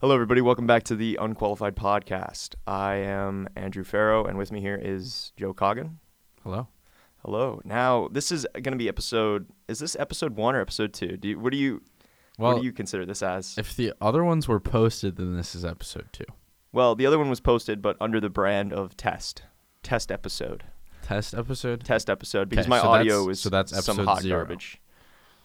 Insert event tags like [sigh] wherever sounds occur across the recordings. Hello, everybody. Welcome back to the Unqualified Podcast. I am Andrew Farrow, and with me here is Joe Coggin. Hello. Hello. Now, this is going to be episode. Is this episode one or episode two? Do you, what do you what Well, do you consider this as? if the other ones were posted, then this is episode two. well, the other one was posted, but under the brand of test test episode Test episode. test episode because Okay, my so audio that's- was so that's some episode hot zero. garbage.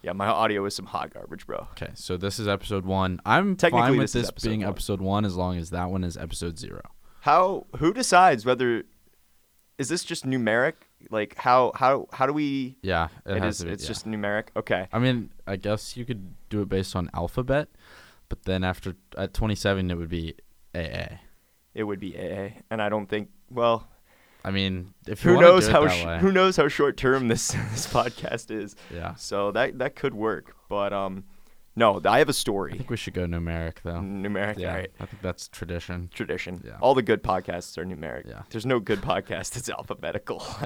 Yeah, my audio is some hot garbage, bro. Okay, so this is episode one. I'm Technically, fine with this is this episode being one. episode one as long as that one is episode zero. How who decides whether is this just numeric? Like how how how do we Yeah, it, It has is. to be- it's yeah. just numeric. Okay. I mean, I guess you could do it based on alphabet, but then after at 27 it would be AA. It would be AA, and I don't think. Well, I mean, if you who wanna knows do it how that sh- way, who knows how short term this [laughs] this podcast is. yeah. So that that could work, but um, no, th- I have a I story. [laughs] think we should go numeric though. Numeric, Yeah, all right. I think that's tradition. Tradition. Yeah. All the good podcasts are numeric. Yeah. There's no good podcast that's alphabetical. [laughs]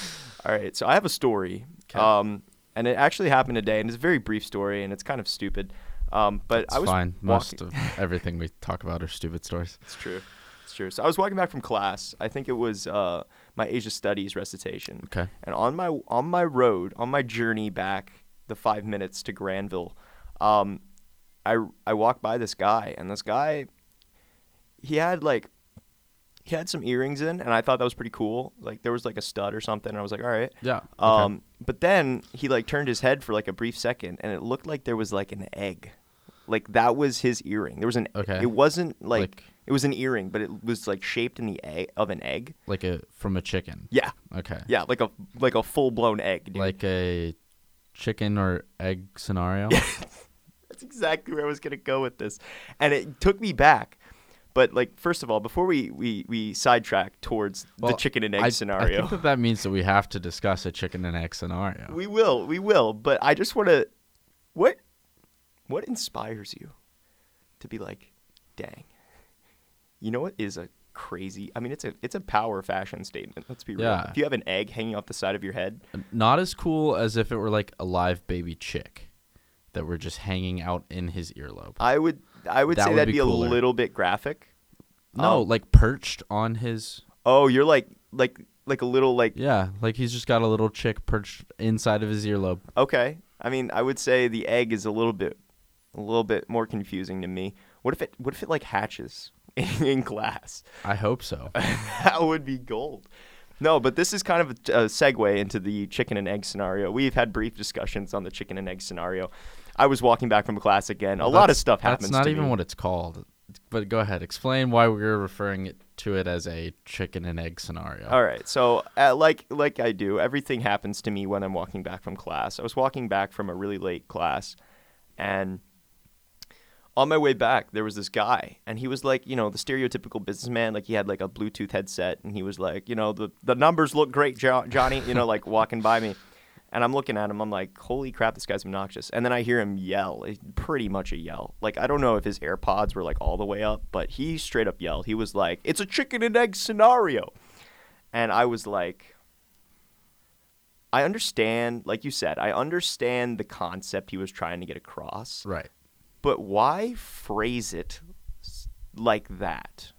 [laughs] all right. So I have a story. 'Kay. Um, and it actually happened today, and it's a very brief story, and it's kind of stupid. Um, but It's I was fine. walking- Most of everything we talk about are [laughs] stupid stories. It's true. It's true. So I was walking back from class. I think it was uh, my Asia Studies recitation. Okay. And on my on my road, on my journey back, the five minutes to Granville, um, I I walked by this guy, and this guy, he had like, he had some earrings in, and I thought that was pretty cool. Like there was like a stud or something, and I was like, all right. Yeah. okay. Um, but then he like turned his head for like a brief second, and it looked like there was like an egg, like that was his earring. There was an. Okay. It wasn't like, Like- it was an earring, but it was like shaped in the egg of an egg. like a from a chicken. Yeah, Okay. yeah, like a like a full blown egg. Dude. Like a chicken or egg scenario. That's exactly where I was gonna go with this, and it took me back. But like, first of all, before we we we sidetrack towards Well, the chicken and egg I- I scenario, think that that means that we have to discuss a chicken and egg scenario. [laughs] we will, we will. But I just want to, what, what inspires you to be like, dang, you know what is a crazy? I mean, it's a it's a power fashion statement. Let's be real. Yeah. If you have an egg hanging off the side of your head, Not as cool as if it were like a live baby chick that were just hanging out in his earlobe. I would I would That say would that'd be be, a cooler. little bit graphic. no, um, Oh, like perched on his. Oh, you're like like like a little like Yeah, like he's just got a little chick perched inside of his earlobe. Okay. I mean, I would say the egg is a little bit, a little bit more confusing to me. What if it? What if it like hatches [laughs] in, in glass? [laughs] I hope so. that would be gold. No, but this is kind of a, a segue into the chicken and egg scenario. We've had brief discussions on the chicken and egg scenario. I was walking back from class again. A lot of That's- stuff happens. That's not to even me. what it's called. But go ahead, explain why we're referring it to it as a chicken and egg scenario. All right. So, uh, like like I do, everything happens to me when I'm walking back from class. I was walking back from a really late class, and on my way back, there was this guy, and he was like, you know, the stereotypical businessman. Like he had like a Bluetooth headset, and he was like, you know, the the numbers look great, jo- Johnny. You know, like walking by me. And I'm looking at him. I'm like, "Holy crap, this guy's obnoxious!" And then I hear him yell, it- pretty much a yell. Like I don't know if his AirPods were like all the way up, but he straight up yelled. He was like, "It's a chicken and egg scenario." and I was like, I understand, like you said, I understand the concept he was trying to get across, Right. but why phrase it s- like that?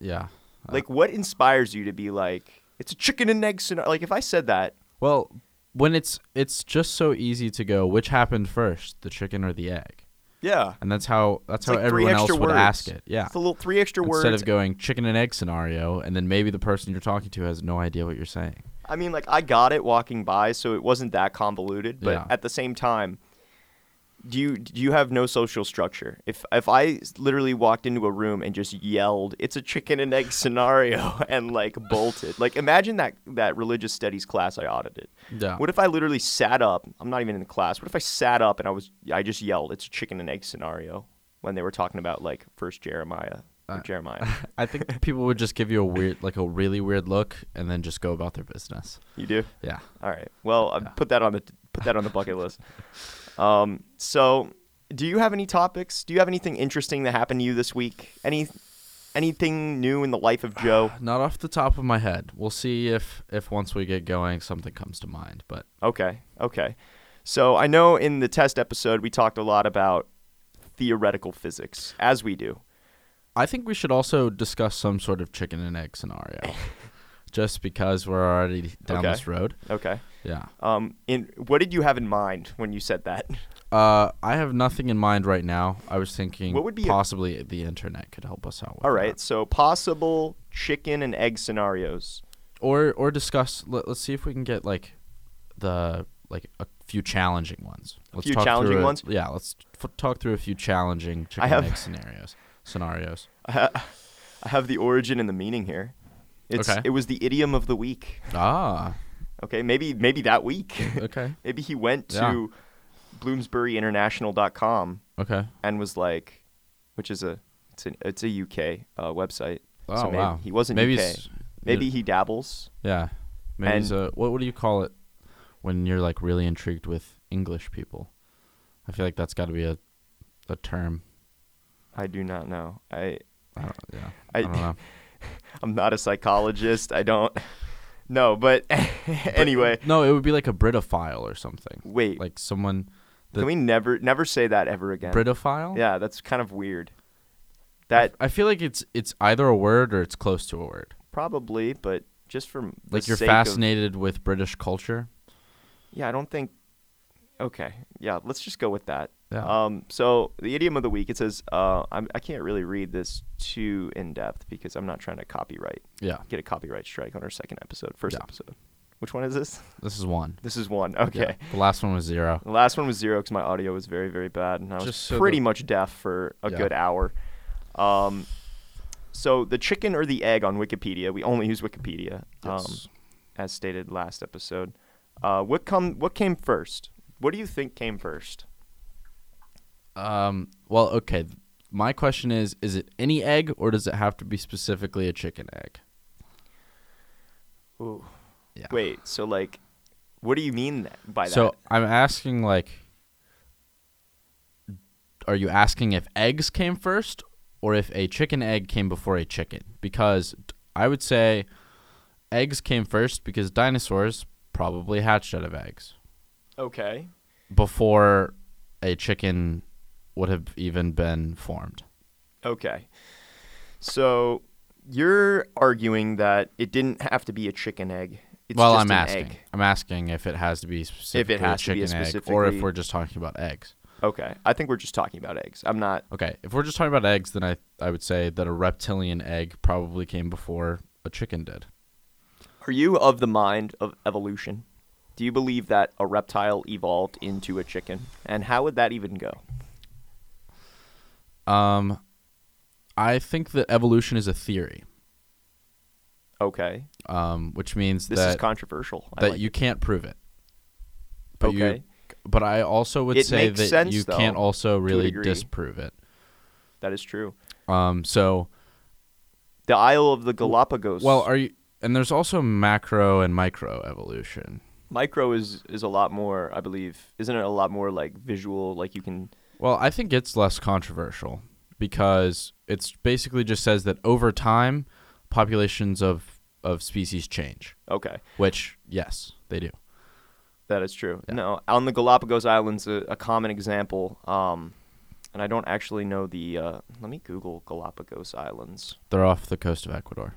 Yeah. Uh, like, what inspires you to be like, it's a chicken and egg scenario? Like, if I said that, Well, when it's it's just so easy to go, which happened first, the chicken or the egg? yeah, And that's how it's that's how like three everyone else extra would words. ask it. Yeah. it's a little three extra words. Instead of going chicken and egg scenario, and then maybe the person you're talking to has no idea what [laughs] you're saying. I mean, like, I got it walking by, so it wasn't that convoluted. But Yeah. at the same time, do you do you have no social structure? If if I s- literally walked into a room and just yelled, "It's a chicken and egg scenario," [laughs] and like bolted, like imagine that that religious studies class I audited. Yeah. What if I literally sat up? I'm not even in the class. What if I sat up and I was I just yelled, "It's a chicken and egg scenario," when they were talking about like First Jeremiah, or Uh, [laughs] Jeremiah. I think people would just give you a weird, like a really weird look, and then just go about their business. You do. Yeah. All right. Well, I put that on the put that on the bucket [laughs] list. Um, so, do you have any topics? Do you have anything interesting that happened to you this week? Any anything new in the life of [sighs] Joe? Not off the top of my head. We'll see if if once we get going, something comes to mind. But Okay. Okay. So, I know in the test episode we talked a lot about theoretical physics as we do. I think we should also discuss some sort of chicken and [laughs] egg scenario, just because we're already down Okay. this road. Okay. Yeah. Um, in what did you have in mind when you said that? [laughs] Uh, I have nothing in mind right now. I was thinking What would be a- possibly the internet could help us out. With All right, that. so possible chicken and egg scenarios. Or or discuss. Let, let's see if we can get like the like a few challenging ones. Let's few talk challenging through a- ones? yeah. Let's f- talk through a few challenging chicken have- and egg scenarios. Scenarios. I, ha- I have the origin and the meaning here. It's, Okay. It was the idiom of the week. [laughs] Ah. Okay, maybe maybe that week. [laughs] Okay. maybe he went to Yeah. bloomsburyinternational.com Okay. and was like, which is a it's an it's a UK uh, website. Oh maybe wow. he wasn't maybe UK. it's- Maybe he dabbles. Yeah. Maybe he's And- a what what do you call it when you're like really intrigued with English people? I feel like that's got to be a a term. I do not know. I I don't, yeah. I- I, don't [laughs] know. I'm not a psychologist. I don't [laughs] No, but [laughs] anyway, No, it would be like a Britophile or something. wait. Like someone the- can we never never say that ever again? Britophile? Yeah, that's kind of weird. That I feel like it's it's either a word or it's close to a word. probably, but just for m- the Like you're sake fascinated with British culture. Of, yeah, I don't think. Okay, yeah, let's just go with that. Yeah. Um, so the idiom of the week it says uh, I'm, I can't really read this too in depth because I'm not trying to copyright yeah. get a copyright strike on our second episode, first Yeah. episode. Which one is this? [laughs] This is one. This is one. Yeah. Okay. The last one was zero. The last one was zero because my audio was very, very bad, and I was Just so pretty the- much deaf for a Yeah. good hour. Um, so the chicken or the egg on Wikipedia. We only use Wikipedia, Yes. um, as stated last episode. Uh, what come? What came first? What do you think came first? Um well, okay. My question is is it any egg or does it have to be specifically a chicken egg? Ooh. Yeah. Wait. So like, what do you mean that, by that? So I'm asking, like, are you asking if eggs came first or if a chicken egg came before a chicken? Because d- I would say eggs came first because dinosaurs probably hatched out of eggs okay. before a chicken would have even been formed. Okay. So you're arguing that it didn't have to be a chicken egg. It's well, just I'm an asking. egg. I'm asking if it has to be specifically has a to be chicken a egg or specifically- if we're just talking about eggs. Okay. I think we're just talking about eggs. I'm not Okay, if we're just talking about eggs, then I I would say that a reptilian egg probably came before a chicken did. Are you of the mind of evolution? Do you believe that a reptile evolved into a chicken? And how would that even go? Um, I think that evolution is a theory, Okay. um, which means This is that controversial. I that like you it. can't prove it. But Okay. You, but I also would It say makes that sense, you though, can't also really degree. disprove it. That is true. Um, so The Isle of the Galapagos. well, are you? And there's also macro and micro evolution. micro is is a lot more, I believe. Isn't it a lot more like visual like you can Well, I think it's less controversial because it's basically just says that over time, populations of of species change. Okay. Which, yes, they do. That is true. No, on the Galapagos Islands, a, a common example. Um, and I don't actually know the. Uh, let me Google Galapagos Islands. They're off the coast of Ecuador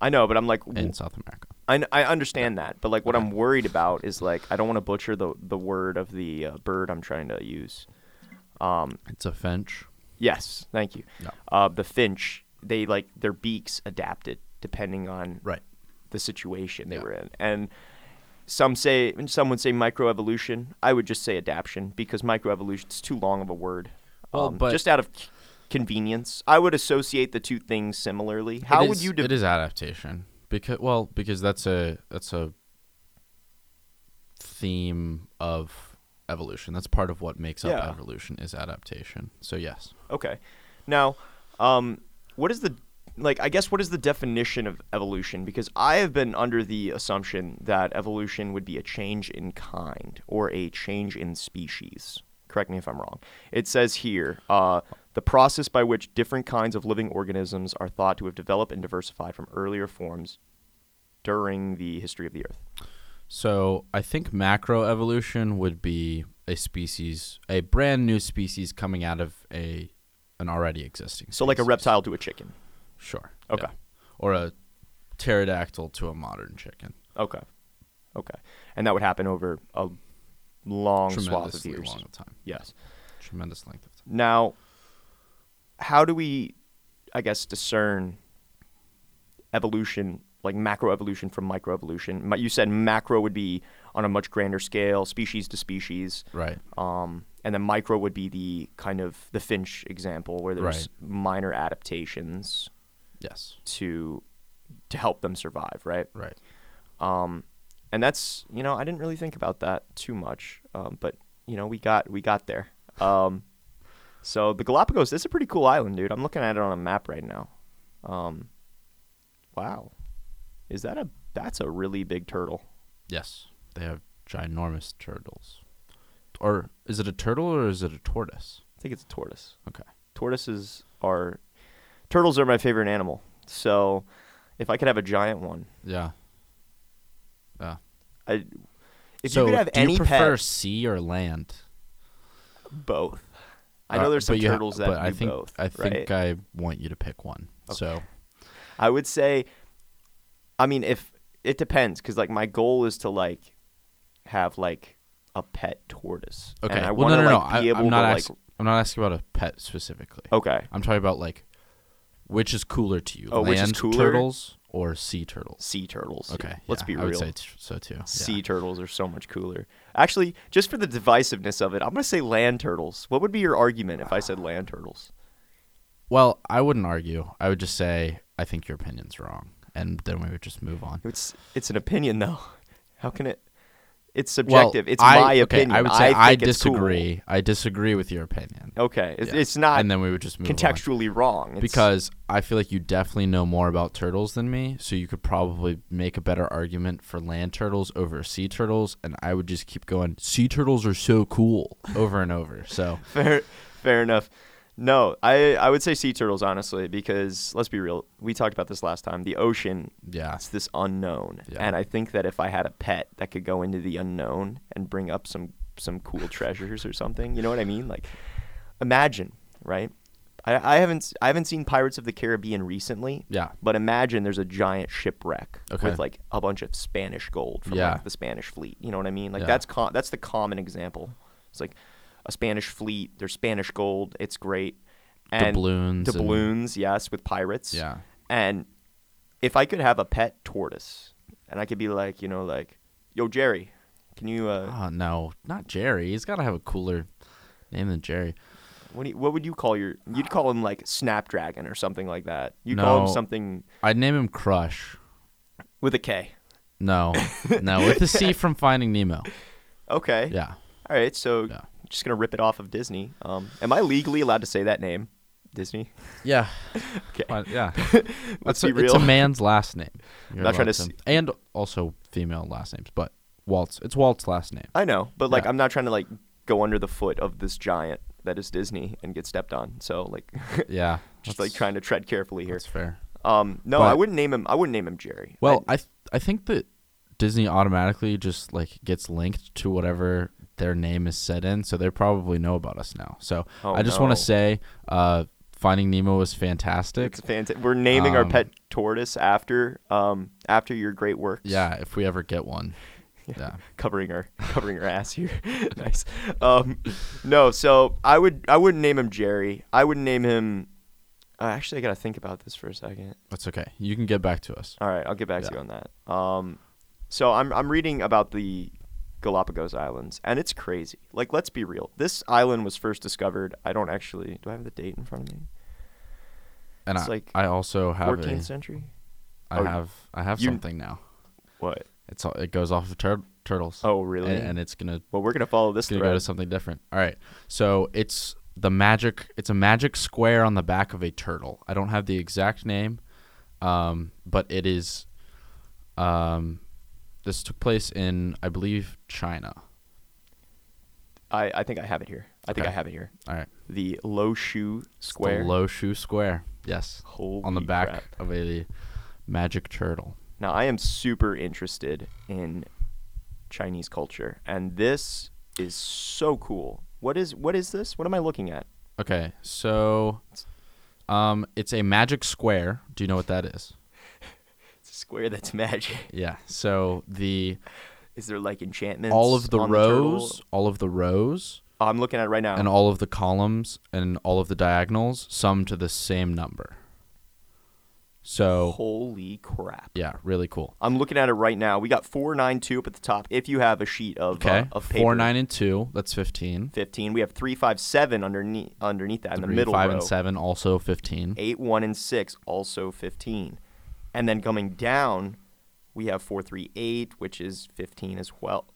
I know, but I'm like, in South America. I, kn- I understand that, but like what Okay. I'm worried about is like I don't want to butcher the the word of the uh, bird I'm trying to use. Um, It's a finch. yes, thank you. Yeah. Uh, the finch, they like their beaks adapted depending on Right. the situation they Yeah. were in, and some say and some would say microevolution. I would just say adaption because microevolution is too long of a word. Well, Um, but- just out of c- convenience, I would associate the two things similarly. How It would is- you? De- it is adaptation because well because that's a that's a theme of evolution. That's part of what makes Yeah. up evolution is adaptation. So yes. Okay. Now, um, what is the like? I guess what is the definition of evolution? Because I have been under the assumption that evolution would be a change in kind or a change in species. Correct me if I'm wrong. It says here uh, the process by which different kinds of living organisms are thought to have developed and diversified from earlier forms during the history of the Earth. So I think macroevolution would be a species, a brand new species coming out of a an already existing. So like a species. reptile to a chicken. Sure. Okay. yeah. Or a pterodactyl to a modern chicken. Okay. Okay. And that would happen over a long swath of Tremendously years. long time. Yes. Tremendous length of time. Now, how do we, I guess, discern evolution, like macroevolution from microevolution? Mi- You said macro would be on a much grander scale, species to species, Right. um, and then micro would be the kind of the Finch example where there's minor adaptations Yes. to to help them survive, right? Right. Um, and that's you know I didn't really think about that too much, um, but you know we got we got there. Um, so the Galapagos, this is a pretty cool island, dude. I'm looking at it on a map right now. Um, wow, is that a that's a really big turtle? Yes. They have ginormous turtles. Or is it a turtle or is it a tortoise? I think it's a tortoise. Okay. Tortoises are turtles are my favorite animal. So if I could have a giant one, Yeah. I if so you could have do any you prefer pet, sea or land? both. I Uh, know there's some but you ha- turtles that but do I think, both. I right? think I want you to pick one. So I would say, I mean, if it depends, because like my goal is to like have like a pet tortoise. okay. And I well, wanna, no, no, like, Oh. no. be I, able I'm not to ask- I'm not asking about a pet specifically. like. Okay, I'm talking about like, which is cooler to you, Oh, land which is cooler? turtles or sea turtles? sea turtles. Okay. let's yeah, be I real. would say t- so too. Yeah. Sea turtles are so much cooler. Actually, just for the divisiveness of it, I'm gonna say land turtles. What would be your argument if I said land turtles? Well, I wouldn't argue. I would just say I think your opinion's wrong, and then we would just move on. It's it's an opinion though. [laughs] How can it? It's subjective. Well, it's I- my okay, opinion. I would say I, think it's cool. disagree. I disagree with your opinion. Okay, it's, Yeah. it's not and then we would just move on. contextually wrong. It's- because I feel like you definitely know more about turtles than me, so you could probably make a better argument for land turtles over sea turtles, and I would just keep going. Sea turtles are so cool over and over. So [laughs] fair, fair enough. No, I, I would say sea turtles honestly because let's be real. We talked about this last time. The ocean, yeah, it's this unknown, Yeah. and I think that if I had a pet that could go into the unknown and bring up some some cool treasures or something, you know what I mean? Like, imagine, right? I, I haven't s- I haven't seen Pirates of the Caribbean recently, yeah, but imagine there's a giant shipwreck Okay. with like a bunch of Spanish gold from Yeah. like, the Spanish fleet. You know what I mean? Like Yeah. that's com- that's the common example. It's like a Spanish fleet. There's Spanish gold. It's great. And Doubloons and- doubloons, yes, with pirates. yeah. And if I could have a pet tortoise, and I could be like, you know, like, yo, Jerry, can you? Uh, Oh no, not Jerry. He's got to have a cooler name than Jerry. what, do you, what would you call your? You'd call him like Snapdragon or something like that. You would call him No. something I'd name him Crush. with a K. No, no, with [laughs] the C from Finding Nemo. Okay. Yeah, All right, so Yeah. just gonna rip it off of Disney. Um, am I legally allowed to say that name, Disney? [laughs] yeah, Okay, Fine, yeah. [laughs] let's That's be a, real. It's a man's last name. You're Not trying allowed to s- and also female last names, but Walt's. It's Walt's [laughs] last name. I know, but like, Yeah. I'm not trying to like go under the foot of this giant that is Disney and get stepped on. So like, [laughs] Yeah, just that's- like trying to tread carefully here. That's fair. Um, no, But- I wouldn't name him. I wouldn't name him Jerry. Well, I th- I think that Disney automatically just like gets linked to whatever their name is set in, so they probably know about us now. So Oh, I just want no. to say, uh, Finding Nemo was fantastic. it's fantastic. We're naming our um, pet tortoise after um after your great works. Yeah, if we ever [laughs] get one. Yeah. covering [laughs] her covering her ass here. [laughs] nice. Um, no, so I would I wouldn't name him Jerry. I would name him. Uh, actually, I gotta think about this for a second. That's okay. You can get back to us. All right, I'll get back to Yeah. you on that. Um, so I'm I'm reading about the Galapagos Islands, and it's crazy. Like, let's be real. This island was first discovered. I don't actually. Do I have the date in front of me? And It's I, like I also have 14th a, century. I oh, have I have you- something now. What? It's all, it goes off of tur- turtles. Oh, really? And, and it's gonna well, we're gonna follow this it's gonna go to thread. something different. All right. So it's the magic. It's a magic square on the back of a turtle. I don't have the exact name, um, but it is. Um, this took place in, I believe, China. I I think I have it here. I think Okay. I have it here. All right. The Low Shoe Square. The low shoe square. Yes. on the Holy back crap. of a magic turtle. Now I am super interested in Chinese culture, and this is so cool. What is what is this? What am I looking at? Okay, so um, it's a magic square. Do you know what that is? It's a square that's [laughs] magic. Yeah. So the Is there like enchantments? all of the on rows, turtle? all of the rows, Oh, I'm looking at it right now. and all of the columns and all of the diagonals sum to the same number. So Holy crap! yeah, really cool. I'm looking at it right now. We got four nine two up at the top. If you have a sheet of uh, Okay, of paper, four, nine, and two. That's fifteen. 15. We have three five seven underneath underneath that in the Three, middle five, row. and seven, also fifteen. eight one and six also 15 and then coming down we have 438 which is 15 as well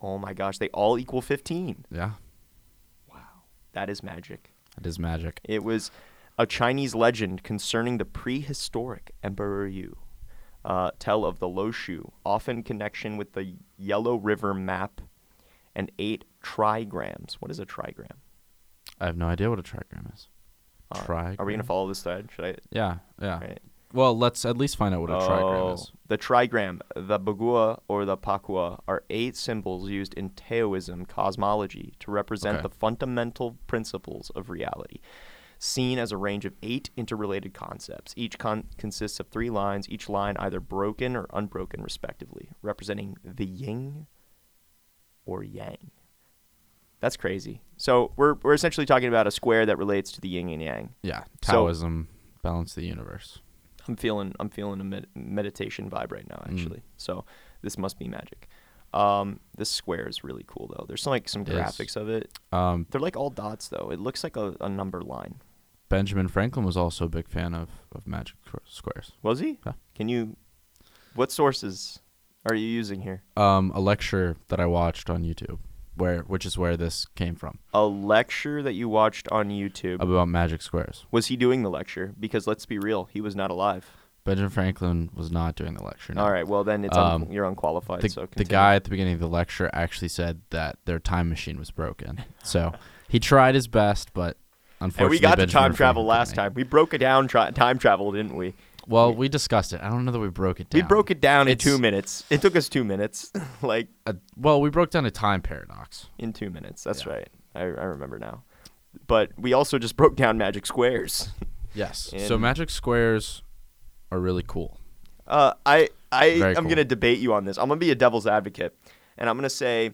oh my gosh they all equal 15 Yeah, wow that is magic that is magic. it was a chinese legend concerning the prehistoric emperor yu uh, tell of the loshu often connection with the yellow river map and eight trigrams what is a trigram I have no idea what a trigram is. Uh, trigram. Uh, are we going to follow this thread should i Yeah, yeah. Right. Well, let's at least find out what a trigram is. Oh, The trigram, the bagua or the pakua, are eight symbols used in Taoism cosmology to represent Okay. the fundamental principles of reality, seen as a range of eight interrelated concepts. Each con- consists of three lines, each line either broken or unbroken, respectively, representing the yin or yang. That's crazy. So we're, we're essentially talking about a square that relates to the yin and yang. Yeah, So- Taoism, balance the universe. I'm feeling I'm feeling a med- meditation vibe right Mm. now actually. So this must be magic. Um, this square is really cool though. There's some, like some It is. graphics of it. Um, They're like all dots though. It looks like a, a number line. Benjamin Franklin was also a big fan of, of magic squ- squares. Was he? Yeah. Can you? What sources are you using here? Um, a lecture that I watched on YouTube, where which is where this came from, A lecture that you watched on YouTube. about magic squares. was he doing the lecture? Because let's be real, he was not alive. Benjamin Franklin was not doing the lecture. No. All right. Well, then it's un- Um, you're unqualified. The, so the continue. guy at the beginning of the lecture actually said that their time machine [laughs] was broken. So he tried his best, but And unfortunately, we got to Benjamin time travel Franklin last couldn't make time. We broke it down tri- time travel, didn't we? it. Well, we discussed it. I don't know that we broke it down. We broke it down in It's- two minutes. It took us two minutes, [laughs] like a, Uh, well, we broke down a time paradox. in two minutes. That's Yeah. right. I, I remember now. But we also just [laughs] broke down magic squares. [laughs] Yes. so And- magic squares are really cool. Uh, I I Very am cool. gonna debate you on this. I'm gonna be a devil's advocate, and I'm gonna say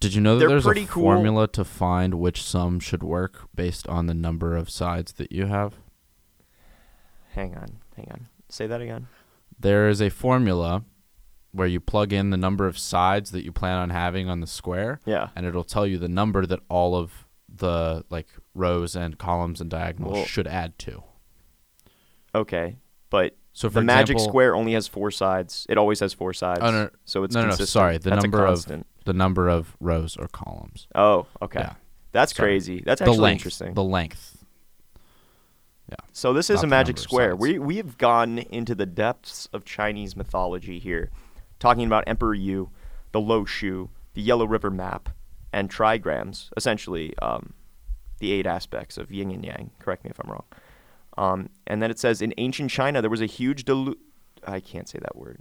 Did you know that They're there's a pretty cool. formula to find which sum should work based on the number of sides that you have? hang on, hang on. Say that again. There is a formula where you plug in the number of sides that you plan on having on the square Yeah. and it'll tell you the number that all of the like rows and columns and diagonals Well- should add to. Okay. But So for the magic example- square only has four sides. It always has four sides. Oh, no, so it's no, no, consistent. sorry, the That's number a of- constant. the number of rows or columns. Oh, okay. Yeah. That's Sorry. crazy. That's the actually length, interesting. the length. Yeah. So this is a Not the magic number of square. sides. We we have gone into the depths of Chinese mythology here, talking about Emperor Yu, the Lo Shu, the Yellow River Map, and trigrams. Essentially, um, the eight aspects of yin and yang. Correct me if I'm wrong. Um, and then it says in ancient China there was a huge delu. I can't say that word.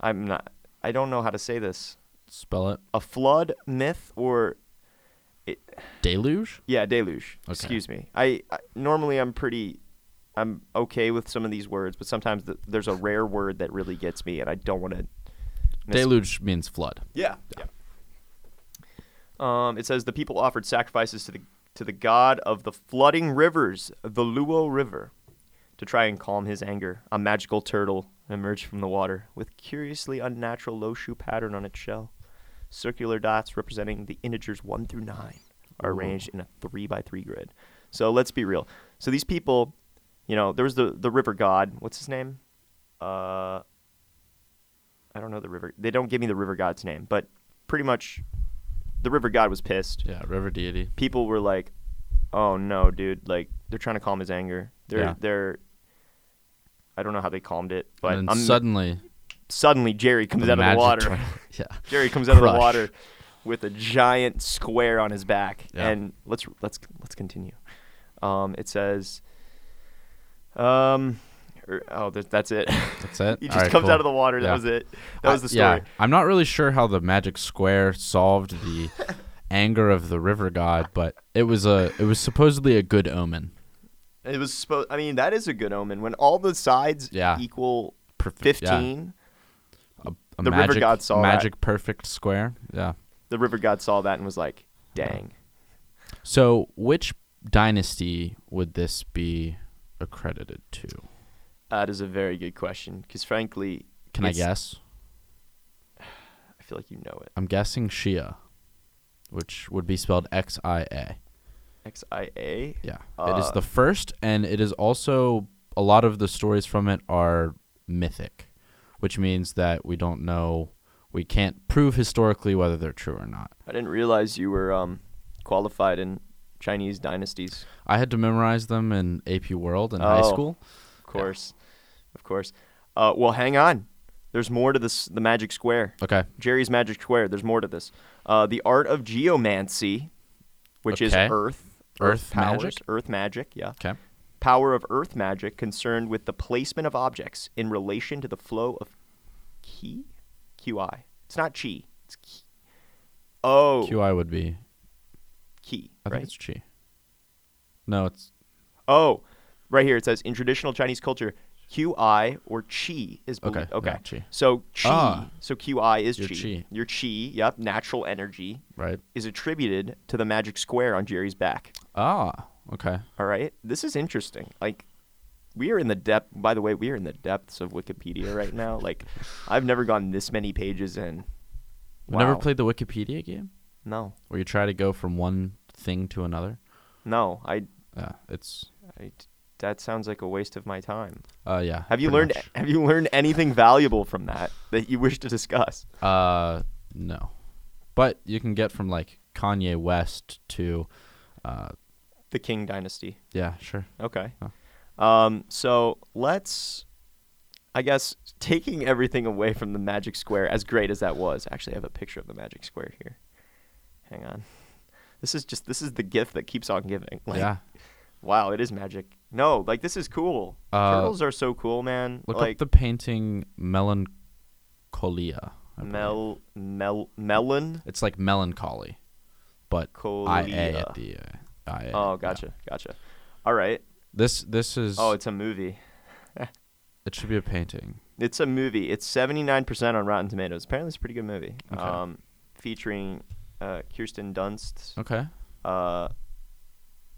I'm not. I don't know how to say this. Spell it. A flood myth or Deluge? yeah, deluge. Okay. Excuse me. I, I normally I'm pretty, I'm okay with some of these words, but sometimes th there's a rare word that really gets me, and I don't want to. Deluge means flood. Yeah. Yeah. Um, it says the people offered sacrifices to the to the god of the flooding rivers, the Luo River, to try and calm his anger. A magical turtle emerged from the water with curiously unnatural loshu pattern on its shell. Circular dots representing the integers one through nine are arranged in a three by three grid. So let's be real. So these people, you know, there was the the river god. What's his name? Uh, I don't know the river. They don't give me the river god's name, but pretty much, the river god was pissed. Yeah, river deity. People were like, "Oh no, dude! Like they're trying to calm his anger. They're Yeah. they're." I don't know how they calmed it, but and then I'm- suddenly suddenly Jerry comes the out of magic the water. turn- [laughs] yeah. [laughs] Jerry comes out of the Crush. water with a giant square on his back. Yeah. And let's let's let's continue. Um, it says, um, Or, oh, th- that's it. [laughs] That's it? he just Alright, comes cool. out of the water. That Yeah. was it. That was the story. Uh, yeah, I'm not really sure how the magic square solved [laughs] the anger of the river god, but it was a it was supposedly a good omen. It was supposed. I mean, that is a good omen when all the sides Yeah. equal Perf- yeah, fifteen. a the river magic- god saw that. magic perfect square. Yeah. The river god saw that and was like, "Dang, So which dynasty would this be accredited to? that is a very good question." Because frankly, Can It's- I guess? I feel like you know it. I'm guessing Shia, which would be spelled X I A. X I A. Yeah. it is Uh, the first, and it is also a lot of the stories from it are mythic, which means that we don't know, we can't prove historically whether they're true or not. I didn't realize you were um, qualified in Chinese dynasties. I had to memorize them in AP World in high Oh. school. Of course, of course. Uh, well, hang on. There's more to this. The magic square. Okay. Jerry's Magic Square. There's more to this. Uh, the art of geomancy, which is Okay. Earth, Earth powers, magic? Earth magic, yeah. Okay. Power of Earth magic concerned with the placement of objects in relation to the flow of ki, qi. It's not chi. It's ki. Oh, QI would be. ki. I Right. think it's Chi. No, it's Oh, right here it says in traditional Chinese culture, qi or qi is bel- Okay, Okay. yeah, qi. So qi. Ah. so qi is Your qi. qi. Your qi. Yep. Natural energy. right. is attributed to the magic square on Jerry's back. Ah. Okay. All right, this is interesting. Like, we are in the depth. By the way, we are in the depths of Wikipedia right [laughs] now. Like, I've never gone this many pages in. We've Never Wow. played the Wikipedia game No, where you try to go from one thing to another. no, I, Yeah. It's. I- That sounds like a waste of my time. Uh. Yeah. Have you pretty learned? much. Have you learned anything valuable from that that you wish to discuss? Uh, no. But you can get from like Kanye West to, uh, The King Dynasty. yeah, sure. Okay. Huh. Um, so let's, I guess, taking everything away from the Magic Square, as great as that was. Actually, I have a picture of the Magic Square here. Hang on. This is just this is the gift that keeps on giving. Like, yeah. Wow, it is magic. No, like this is cool. Uh, Turtles are so cool, man. Look like up the painting Melancholia. I believe. mel mel melon. It's like melancholy, but I A Colia. at the uh, IA. Oh, yeah. gotcha, gotcha. All right. This this is. Oh, it's a movie. it should be a painting. It's a movie. It's 79% on Rotten Tomatoes. Apparently, it's a pretty good movie. Okay. Um, featuring uh, Kirsten Dunst, Okay. uh,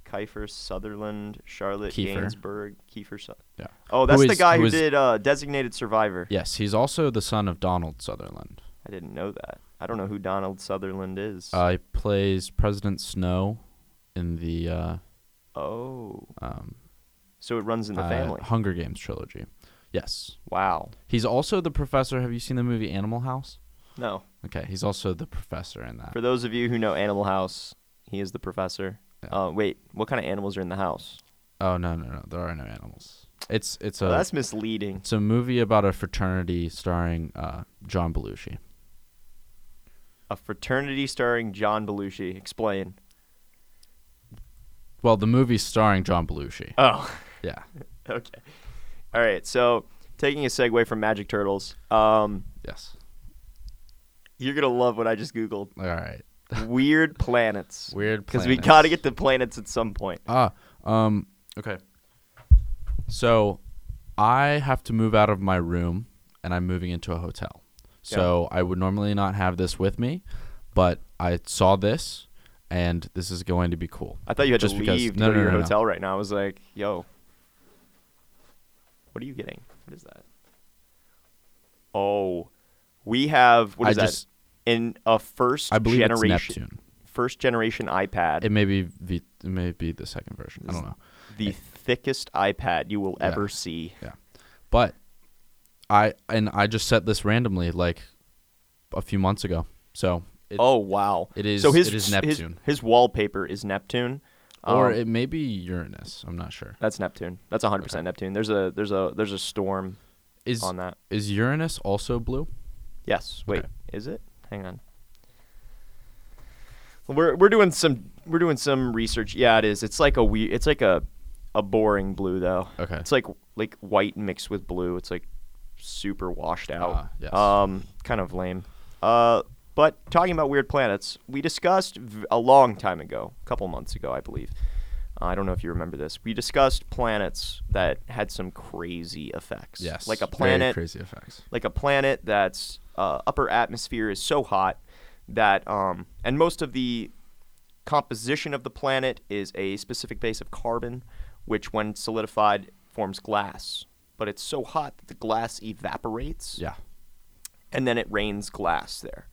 Kiefer Sutherland, Charlotte Kiefer. Gainsbourg, Kiefer. Su- Yeah. Oh, that's Who the is- guy who who is- did uh, Designated Survivor. Yes, he's also the son of Donald Sutherland. I didn't know that. I don't know who Donald Sutherland is. Uh, he plays President Snow in the uh, oh. um, So it runs in the uh, family. Hunger Games trilogy. Yes. Wow. He's also the professor. Have you seen the movie Animal House? No. Okay, he's also the professor in that. For those of you who know Animal House, he is the professor. Yeah. Uh, wait, what kind of animals are in the house? Oh no, no, no, there are no animals. It's it's a Oh, that's misleading. it's a movie about a fraternity starring uh, John Belushi. A fraternity starring John Belushi. Explain. Well, the movie's starring John Belushi. Oh, Yeah, [laughs] okay. All right. So, taking a segue from Magic Turtles, um, yes. you're gonna love what I just googled. All right. [laughs] Weird planets. Weird. Because we gotta get to planets at some point. ah um okay. So, I have to move out of my room, and I'm moving into a hotel. So I would normally not have this with me, but I saw this, and this is going to be cool. I thought you had Just to because- leave to no, go to no, your no, no. hotel right now. I was like, yo, what are you getting? What is that? Oh, we have what I is that? just- In a first I believe it's generation, Neptune. first generation iPad, It may be the it may be the second version. I This- don't know. the thickest iPad you will Yeah. ever see. Yeah, but I and I just set this randomly like a few months ago. So it, oh wow! it is- so his it is his- Neptune. His, wallpaper is Neptune, or Um, it may be Uranus. I'm not sure. that's Neptune. That's 100 percent Neptune. There's a there's a there's a storm Is on that. is Uranus also blue? Yes. Wait, Okay. is it? Hang on. We're we're doing some we're doing some research. Yeah, it is. It's like a we. It's like a a boring blue though. Okay. It's like like white mixed with blue. It's like super washed out. Ah, yes. Um, kind of lame. Uh, but talking about weird planets, we discussed v- a long time ago, a couple months ago, I believe. I don't know if you remember this. We discussed planets that had some crazy effects. Yes. Like a very planet crazy effects. like a planet that's uh, upper atmosphere is so hot that um, and most of the composition of the planet is a specific base of carbon which when solidified forms glass but it's so hot that the glass evaporates Yeah. and then it rains glass there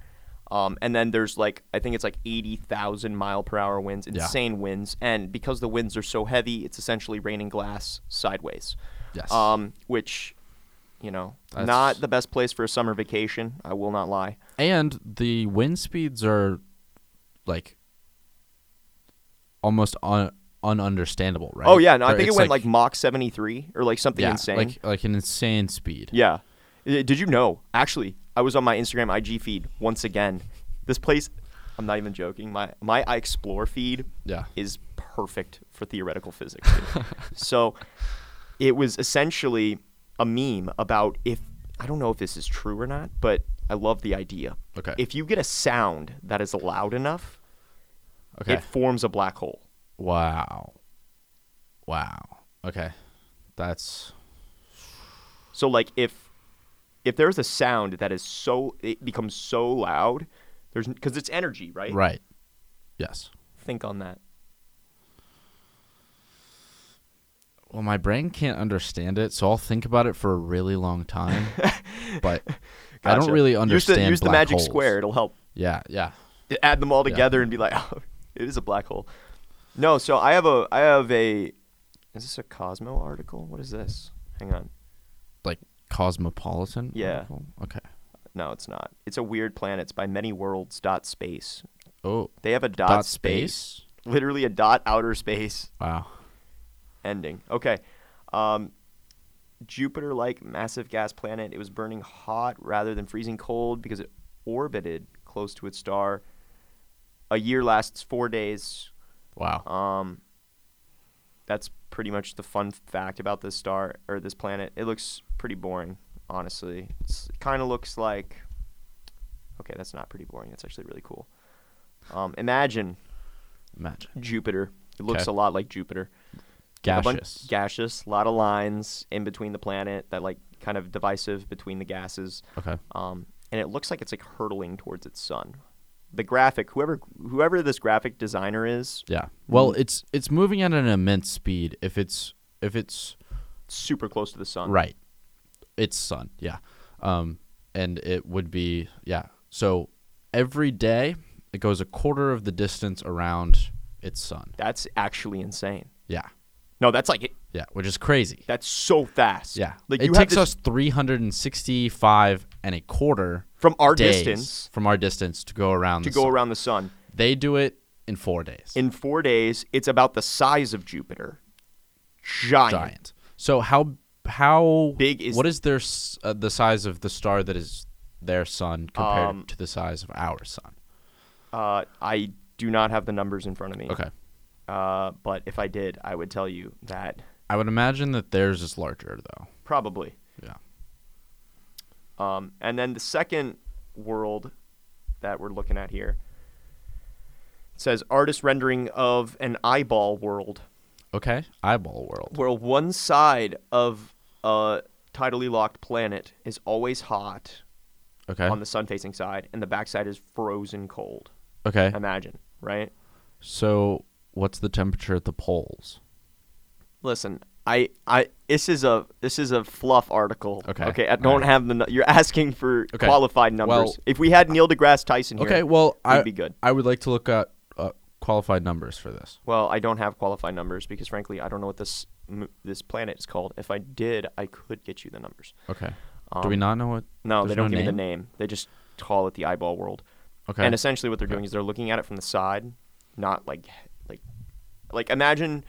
um, and then there's like i think it's like 80000 mile per hour winds Yeah. insane winds and because the winds are so heavy it's essentially raining glass sideways Yes. um, which you know That's- not the best place for a summer vacation i will not lie and the wind speeds are like almost un- ununderstandable, right? oh yeah no, i Or think it it's went like, mach 73 or like something yeah, insane like like an insane speed. yeah I- did you know actually i was on my instagram ig feed once again this place i'm not even joking my my i explore feed Yeah. is perfect for theoretical physics [laughs] dude. so it was essentially a meme about if i don't know if this is true or not but i love the idea Okay. if you get a sound that is loud enough okay. it forms a black hole. wow. Wow. Okay. That's So like if if there's a sound that is so it becomes so loud, there's because it's energy, right? right. Yes. Think on that. Well, my brain can't understand it, so I'll think about it for a really long time. [laughs] but I don't Gotcha. really Use the- understand. Use the, black magic holes. square; it'll help. Yeah, yeah. Add them all Yeah. together and be like, [laughs] oh, it is a black hole. No, so I have a I have a is this a Cosmo article? What is this? Hang on. Like cosmopolitan. Yeah. article? Okay. No, it's not. It's a weird planets by many worlds dot space. Oh. They have a dot, dot space, literally a dot outer space Wow. ending. Okay. Um, Jupiter like massive gas planet. It was burning hot rather than freezing cold because it orbited close to its star. A year lasts four days. Wow. Um, that's pretty much the fun fact about this star or this planet. It looks pretty boring, honestly. It's, it kind of looks like. Okay, that's not pretty boring. That's actually really cool. Um, imagine Imagine. Jupiter. It looks Okay. a lot like Jupiter a bunch- Gaseous. gaseous, a lot of lines in between the planet that like kind of divisive between the gases. okay. Um, and it looks like it's like hurtling towards its sun. The graphic, whoever whoever this graphic designer is, Yeah. Well, it's it's moving at an immense speed. If it's if it's super close to the sun. Right. It's sun, yeah. Um, and it would be, yeah. So every day it goes a quarter of the distance around its sun. That's actually insane. Yeah. No, that's like Yeah. Which is crazy. that's so fast. Yeah. like it you takes have this, us 365 and a quarter from our days distance from our distance to go around. to the go sun. around the sun They do it in four days. in four days. It's about the size of Jupiter. Giant. Giant. So how how Big is- what is their s- uh, the size of the star that is their sun compared Um, to the size of our sun? Uh, I do not have the numbers in front of me. Okay. Uh, but if I did, I would tell you that I would imagine that theirs is larger, though. probably. Yeah. Um, and then the second world that we're looking at here says artist rendering of an eyeball world. Okay. Eyeball world. Where one side of a tidally locked planet is always hot Okay. on the sun facing side, and the backside is frozen cold. okay. Imagine, right? So, what's the temperature at the poles? Listen, I, I, this is a this is a fluff article. Okay. Okay. I don't Alright. have the. nu- You're asking for Okay. qualified numbers. Well- if we had Neil deGrasse Tyson here, Okay. Well, I we'd be good. I would like to look at uh, qualified numbers for this. Well, I don't have qualified numbers because frankly, I don't know what this m- this planet is called. If I did, I could get you the numbers. Okay. Do Um, we not know what? No, they there's don't give me the name. They just call it the eyeball world. Okay. And essentially, what they're Okay. doing is they're looking at it from the side, not like like like imagine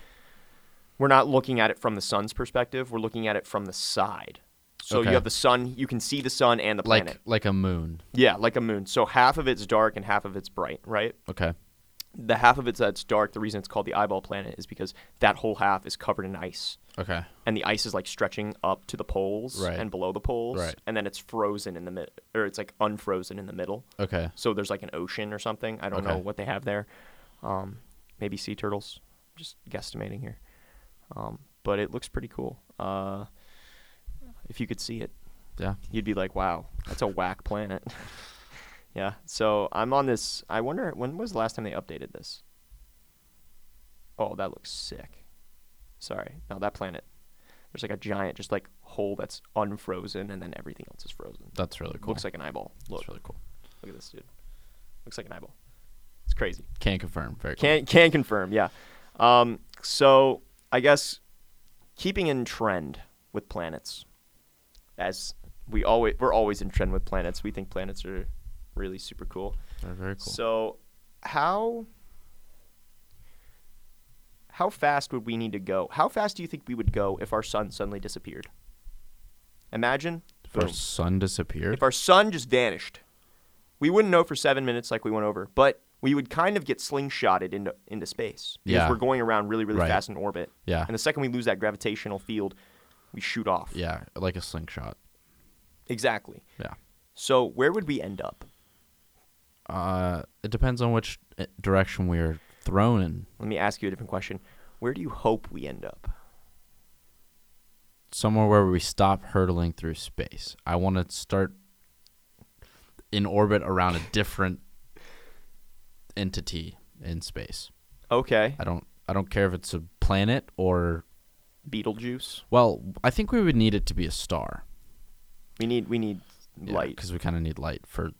we're not looking at it from the sun's perspective. We're looking at it from the side. So Okay. you have the sun. You can see the sun and the planet. like like a moon. yeah, like a moon. So half of it's dark and half of it's bright, right? Okay. the half of it that's dark, the reason it's called the eyeball planet is because that whole half is covered in ice. Okay. And the ice is like stretching up to the poles Right. and below the poles. Right. And then it's frozen in the mid or it's like unfrozen in the middle. Okay. So there's like an ocean or something. I don't know Okay. what they have there. Um, maybe sea turtles. Just guesstimating here. Um, but it looks pretty cool. Uh, if you could see it, Yeah. you'd be like, "Wow, that's a whack planet." [laughs] yeah. So I'm on this. I wonder when was the last time they updated this. Oh, that looks sick. Sorry, no, that planet. There's like a giant, just like hole that's unfrozen, and then everything else is frozen. That's really cool. Looks like an eyeball. Look. That's really cool. Look at this dude. Looks like an eyeball. It's crazy. Can confirm. Very cool. Can can confirm, yeah. Um, so I guess keeping in trend with planets, as we always we're always in trend with planets. We think planets are really super cool. They're very cool. So how how fast would we need to go? How fast do you think we would go if our sun suddenly disappeared? Imagine If our boom. sun disappeared. If our sun just vanished, we wouldn't know for seven minutes like we went over, but we would kind of get slingshotted into into space because Yeah. we're going around really really Right. fast in orbit. Yeah. And the second we lose that gravitational field, we shoot off. Yeah, like a slingshot. Exactly. Yeah. So where would we end up? Uh, it depends on which uh, direction we are thrown in. Let me ask you a different question. Where do you hope we end up? Somewhere where we stop hurtling through space. I want to start in orbit around a different entity in space. Okay. I don't. I don't care if it's a planet or. Beetlejuice. Well, I think we would need it to be a star. We need we need light. because we kind of need light for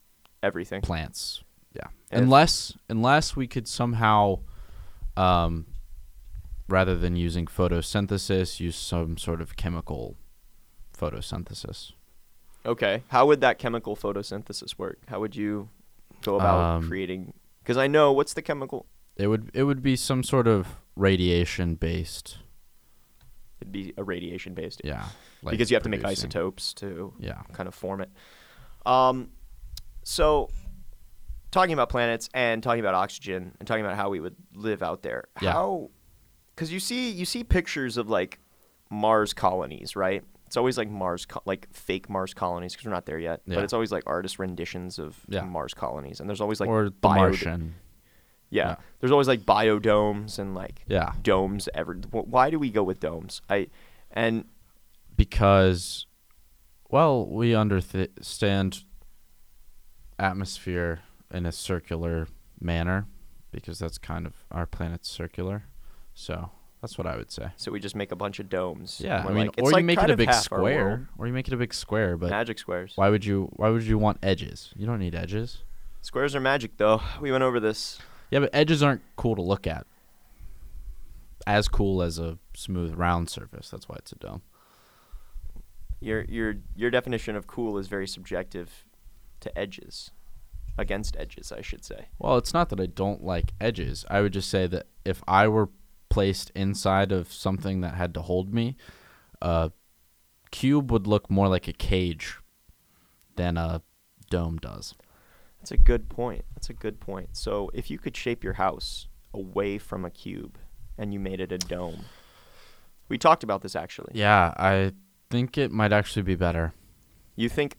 Everything. plants. Yeah. If- unless unless we could somehow, um, rather than using photosynthesis, use some sort of chemical photosynthesis. Okay. How would that chemical photosynthesis work? How would you go about Um, creating? Because I know what's the chemical. It would it would be some sort of radiation based. It'd be a radiation based. Yeah. like because you have to make producing- isotopes to Yeah. kind of form it. Um, so talking about planets and talking about oxygen and talking about how we would live out there. Yeah. How? Because you see, you see pictures of like Mars colonies, right? It's always like Mars, co- like fake Mars colonies, because we're not there yet. Yeah. But it's always like artist renditions of Yeah. Mars colonies, and there's always like or the bio- Martian. Yeah. Yeah. there's always like biodomes and like Yeah. domes. Ever? Why do we go with domes? I and Because, well, we understand atmosphere in a circular manner because that's kind of our planet's circular. So that's what I would say. So we just make a bunch of domes. Yeah, And I we're mean, like- or it's you like make it kind a of big half our world. square, or you make it a big square. But magic squares. why would you? Why would you want edges? You don't need edges. Squares are magic, though. [laughs] We went over this. Yeah, but edges aren't cool to look at. As cool as a smooth round surface. That's why it's a dome. Your your your definition of cool is very subjective to edges, against edges, I should say. Well, it's not that I don't like edges. I would just say that if I were placed inside of something that had to hold me, a cube would look more like a cage than a dome does. That's a good point. That's a good point. So if you could shape your house away from a cube, and you made it a dome, we talked about this actually. Yeah, I think it might actually be better. You think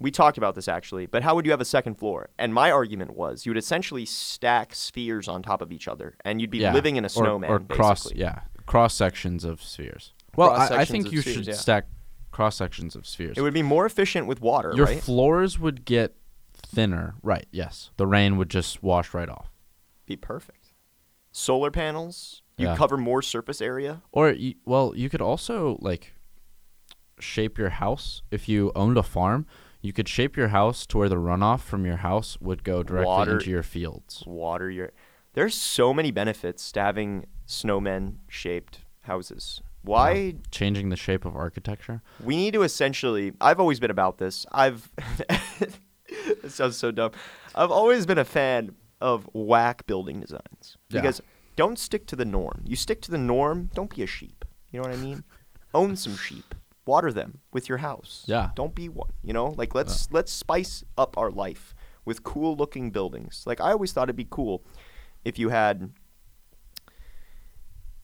we talked about this actually, but how would you have a second floor? And my argument was you would essentially stack spheres on top of each other, and you'd be yeah. living in or- a snowman. or cross basically. yeah cross sections of spheres. Well, Cross I, I sections think of you spheres, should yeah. stack cross sections of spheres. It would be more efficient with water, Your right? floors would get thinner. Right. Yes, the rain would just wash right off. be perfect. Solar panels, you Yeah. cover more surface area. Or you, well, you could also like shape your house if you owned a farm. You could shape your house to where the runoff from your house would go directly Water- into your fields. Water your There's so many benefits to having snowmen shaped houses. Why Uh-huh. Changing the shape of architecture. we need to essentially I've always been about this. I've [laughs] it sounds so dumb. I've always been a fan of whack building designs. Yeah. Because don't stick to the norm. You stick to the norm, don't be a sheep. You know what I mean? Own some sheep. Water them with your house. Yeah. Don't be one. You know, like let's let's spice up our life with cool looking buildings. Like I always thought it'd be cool if you had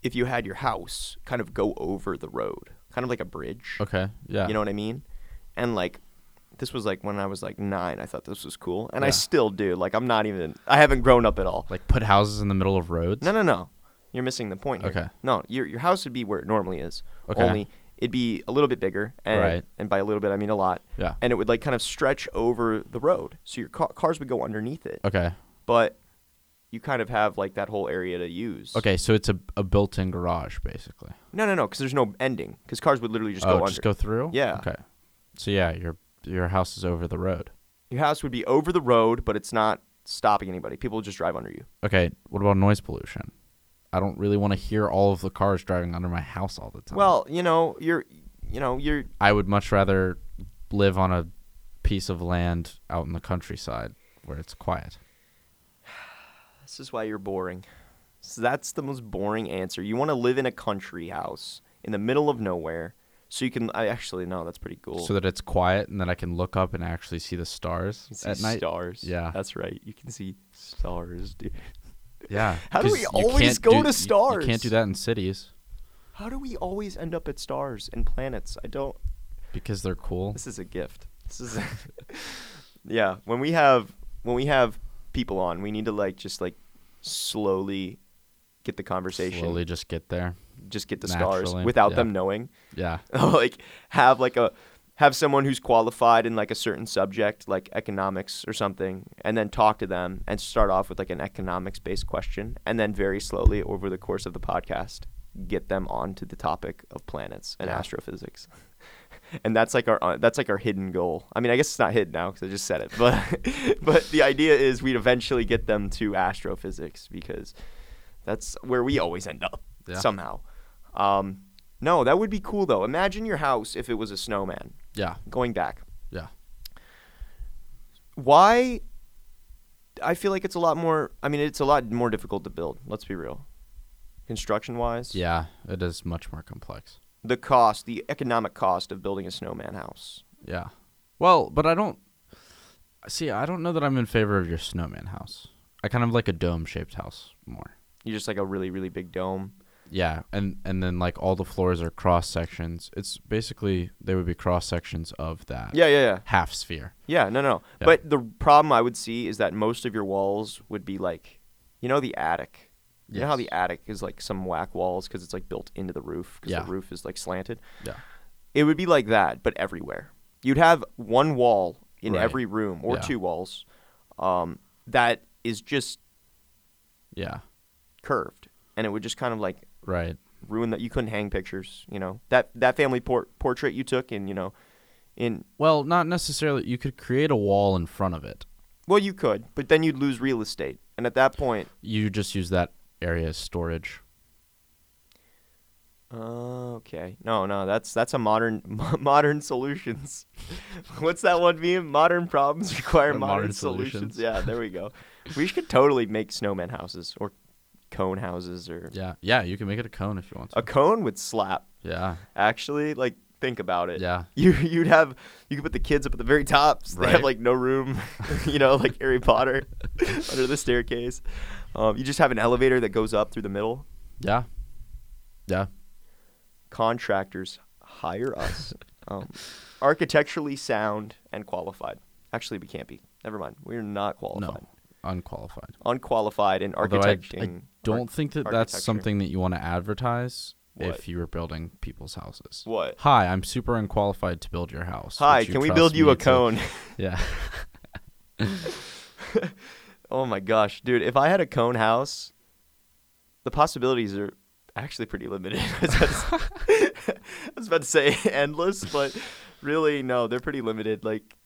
if you had your house kind of go over the road, kind of like a bridge. Okay. Yeah. You know what I mean? And like this was like when I was like 9, I thought this was cool, and I Yeah. still do. Like I'm not even I haven't grown up at all. like put houses in the middle of roads. No, no, no. You're missing the point. Here. Okay. No, your your house would be where it normally is. Okay. Only it'd be a little bit bigger, and Right. and by a little bit I mean a lot. Yeah. And it would like kind of stretch over the road, so your ca- cars would go underneath it. Okay. But you kind of have like that whole area to use. Okay, so it's a, a built-in garage basically. No, no, no, because there's no ending. Because cars would literally just oh, go under. just go through. Yeah. Okay. So yeah, your your house is over the road. Your house would be over the road, but it's not stopping anybody. People would just drive under you. Okay. What about noise pollution? I don't really want to hear all of the cars driving under my house all the time. Well, you know, you're, you know, you're I would much rather live on a piece of land out in the countryside where it's quiet. This is why you're boring. So that's the most boring answer. You want to live in a country house in the middle of nowhere, so you can. I actually no, that's pretty cool. So that it's quiet and then I can look up and actually see the stars you can see at night. stars. Yeah. that's right. You can see stars, dude. Yeah. [laughs] How do 'cause we you always can't go do- to you- stars? You can't do that in cities How do we always end up at stars and planets? I don't. because they're cool. This is a [laughs] gift. This is. yeah, when we have when we have people on, we need to like just like slowly get the conversation, Slowly just get there. just get the naturally, stars without yeah. them knowing. Yeah. [laughs] like have like a have someone who's qualified in like a certain subject like economics or something and then talk to them and start off with like an economics based question and then very slowly over the course of the podcast get them onto the topic of planets and Yeah. astrophysics [laughs] and that's like our uh, that's like our hidden goal i mean i guess it's not hidden now because i just said it but [laughs] but the idea is we'd eventually get them to astrophysics because that's where we always end up Yeah. somehow. Um, no, that would be cool though. Imagine your house if it was a snowman. Yeah. Going back, Yeah. why? I feel like it's a lot more. I mean, it's a lot more difficult to build. Let's be real. Construction wise, Yeah, it is much more complex. the cost, the economic cost of building a snowman house. Yeah. Well, but I don't see. I don't know that I'm in favor of your snowman house. I kind of like a dome-shaped house more. You just like a really, really big dome. Yeah, and and then like all the floors are cross sections. It's basically they would be cross sections of that Yeah, yeah, yeah. half sphere. Yeah, no, no. Yeah. But the problem I would see is that most of your walls would be like, you know, the attic. You know how Yes. the attic is like some whack walls because it's like built into the roof because Yeah. the roof is like slanted. Yeah. It would be like that, but everywhere. You'd have one wall in Right. every room or Yeah. two walls um, that is just Yeah. curved, and it would just kind of like Right. ruin that. You couldn't hang pictures. You know that that family por- portrait you took, and you know, in Well, not necessarily. You could create a wall in front of it. well, you could, but then you'd lose real estate, and at that point, You just use that area as storage. Oh, okay. No, no, that's that's a modern [laughs] mo- modern solutions. [laughs] What's that one meme? Modern problems require Uh, modern, modern solutions. [laughs] solutions. Yeah, there we go. we could totally make snowman houses or cone houses or Yeah. Yeah. You can make it a cone if you want. To. a cone would slap. Yeah. Actually, like think about it. Yeah. You you'd have you could put the kids up at the very top. [laughs] So They have Right. like no room, [laughs] you know, like Harry Potter [laughs] under the staircase. Um, you just have an elevator that goes up through the middle. Yeah. Yeah. contractors hire [laughs] us. um, architecturally sound and qualified. Actually, we can't be. Never mind. We're not qualified. No. Unqualified. Unqualified in Although I- architecting. I, don't think that that's architecture. something that you want to advertise What? if you were building people's houses. What? Hi, I'm super unqualified to build your house. Hi, Would can we trust build you me a to-" cone? [laughs] Yeah. [laughs] oh my gosh, dude! If I had a cone house, the possibilities are actually pretty limited. [laughs] I was about to- [laughs] I was about to say [laughs] endless, but really, no, they're pretty limited. Like